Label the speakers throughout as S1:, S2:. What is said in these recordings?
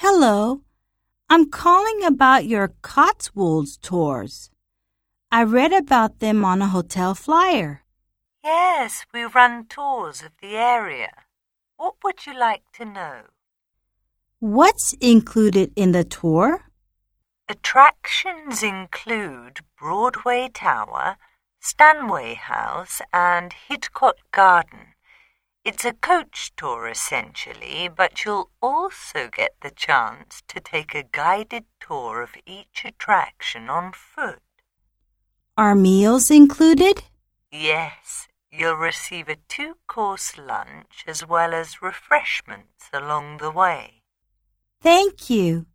S1: Hello. I'm calling about your Cotswolds tours. I read about them on a hotel flyer.
S2: Yes, we run tours of the area. What would you like to know?
S1: What's included in the tour?
S2: Attractions include Broadway Tower, Stanway House, and Hidcot Garden. It's a coach tour essentially, but you'll also get the chance to take a guided tour of each attraction on foot.
S1: Are meals included?
S2: Yes, you'll receive a two course lunch as well as refreshments along the way.
S1: Thank you.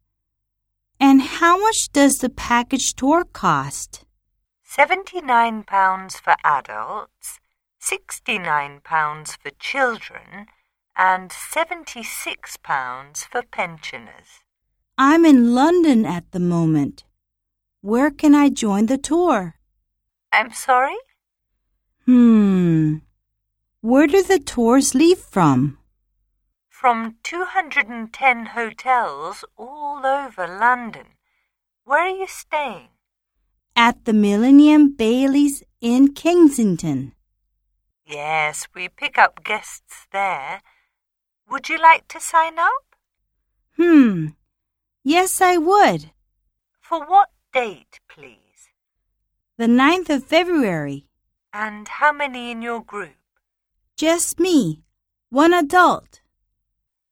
S1: And how much does the package tour cost?
S2: £79 for adults, £69 for children, and £76 for pensioners.
S1: I'm in London at the moment. Where can I join the tour?
S2: I'm sorry?
S1: Hmm. Where do the tours leave from?
S2: From 210 hotels all over London. Where are you staying?
S1: At the Millennium Baileys in Kensington.
S2: Yes, we pick up guests there. Would you like to sign up?
S1: Hmm. Yes, I would.
S2: For what date, please?
S1: The ninth of February.
S2: And how many in your group?
S1: Just me. One adult.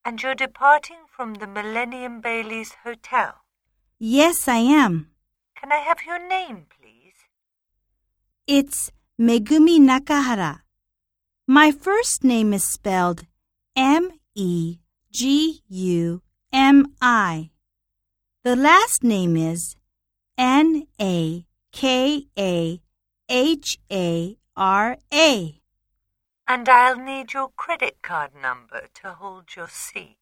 S2: And you're departing from the Millennium Baileys Hotel.
S1: Yes, I am.
S2: Can I have your name, please?
S1: It's Megumi Nakahara. My first name is spelled M E G U M I. The last name is N A K A H A R A.
S2: And I'll need your credit card number to hold your seat.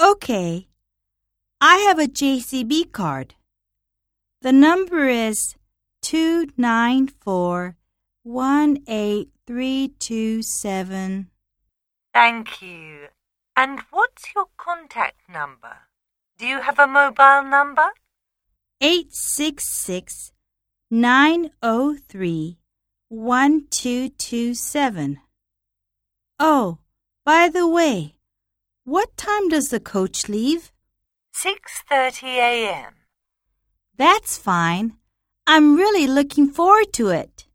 S1: Okay. I have a JCB card. The number is 294 18327.
S2: Thank you. And what's your contact number? Do you have a mobile number?
S1: 866 903 1227. Oh, by the way, what time does the coach leave?
S2: 6:30 a.m.
S1: That's fine. I'm really looking forward to it.